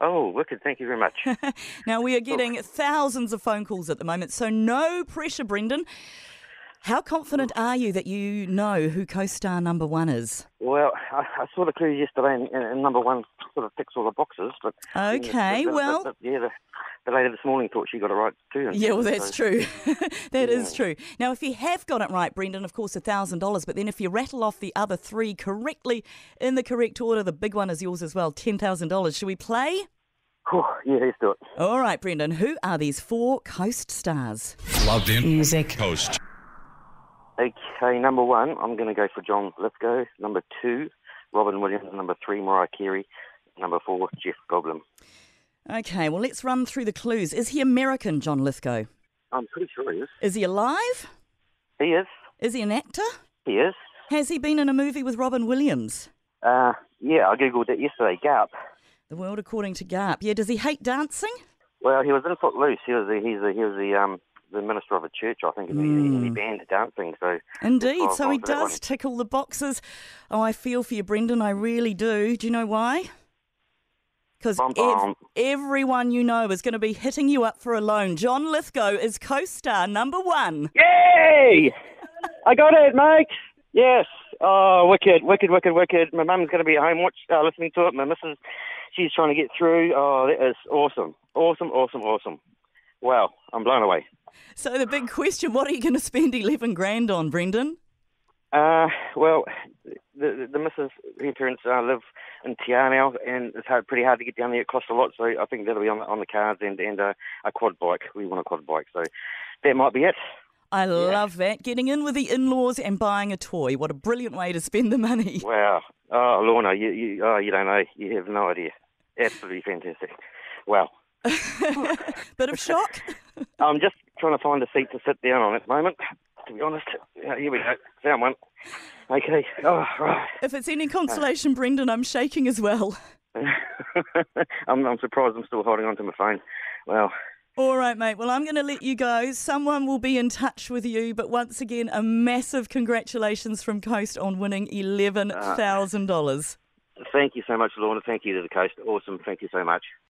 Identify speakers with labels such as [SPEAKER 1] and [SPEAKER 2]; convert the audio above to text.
[SPEAKER 1] Oh, wicked. Thank you very much.
[SPEAKER 2] Now, we are getting thousands of phone calls at the moment, so no pressure, Brendan. How confident are you that you know who co star number one is?
[SPEAKER 1] well, I, I saw the clue yesterday, and, and, and number one sort of ticks all the boxes. But then the-
[SPEAKER 2] Okay,
[SPEAKER 1] the- the-
[SPEAKER 2] well-
[SPEAKER 1] the- yeah, the, the lady this morning thought she got it right too. and-
[SPEAKER 2] Yeah, well, that's
[SPEAKER 1] so-
[SPEAKER 2] true. That is true. Now, if you have got it right, Brendan, of course, $1,000. But then if you rattle off the other three correctly in the correct order, the big one is yours as well $10,000. Should we play?
[SPEAKER 1] Whew, yeah, let's do it.
[SPEAKER 2] All right, Brendan, who are these four coast stars?
[SPEAKER 3] Loved in
[SPEAKER 4] Music.
[SPEAKER 3] Coast.
[SPEAKER 1] Okay, number one, I'm going to go for John Lithgow. Number two, Robin Williams. Number three, Mariah Carey. Number four, Jeff Goldblum.
[SPEAKER 2] Okay, well, let's run through the clues. Is he American, John Lithgow?
[SPEAKER 1] I'm pretty sure he is.
[SPEAKER 2] Is he alive?
[SPEAKER 1] He is.
[SPEAKER 2] Is he an actor?
[SPEAKER 1] He is.
[SPEAKER 2] Has he been in a movie with Robin Williams?
[SPEAKER 1] Uh, yeah, I googled it yesterday. Garp.
[SPEAKER 2] The World According to Garp. Yeah, does he hate dancing?
[SPEAKER 1] Well, he was in Footloose. He was the, he's the, he was the um the minister of a church, I think, and he- he, he banned dancing. So
[SPEAKER 2] Indeed,
[SPEAKER 1] Oh,
[SPEAKER 2] so he
[SPEAKER 1] God, that one.
[SPEAKER 2] does tick all the boxes. Oh, I feel for you, Brendan, I really do. Do you know why? Because
[SPEAKER 1] Bum, bum.
[SPEAKER 2] everyone you know is going to be hitting you up for a loan. John Lithgow is co star number one.
[SPEAKER 1] yay! I got it, mate. Yes. Oh, wicked, wicked, wicked, wicked. My mum's going to be at home watch, uh, listening to it. My missus, she's trying to get through. Oh, that is awesome, awesome, awesome, awesome. Wow, I'm blown away.
[SPEAKER 2] So the big question what are you going to spend 11 grand on, Brendan?
[SPEAKER 1] Uh, well, the, the, the missus, her parents uh, live in Tianao, and it's hard, pretty hard to get down there. It costs a lot, so I think that'll be on the, on the cards and, and uh, a quad bike. We want a quad bike, so that might be it.
[SPEAKER 2] I love that. Getting in with the in laws and buying a toy. What a brilliant way to spend the money.
[SPEAKER 1] Wow. Oh, Lorna, you, you, oh, you don't know. You have no idea. Absolutely fantastic. Wow.
[SPEAKER 2] Bit of shock.
[SPEAKER 1] I'm just trying to find a seat to sit down on at the moment, to be honest. Yeah, here we go. Found one. Okay. Oh, right.
[SPEAKER 2] if it's any consolation, Brendan, I'm shaking as well.
[SPEAKER 1] I'm, I'm surprised I'm still holding on to my phone. Wow.
[SPEAKER 2] All right, mate. Well, I'm going to let you go. Someone will be in touch with you. But once again, a massive congratulations from Coast on winning $11,000.
[SPEAKER 1] Thank you so much, Lorna. Thank you to the coast. Awesome. Thank you so much.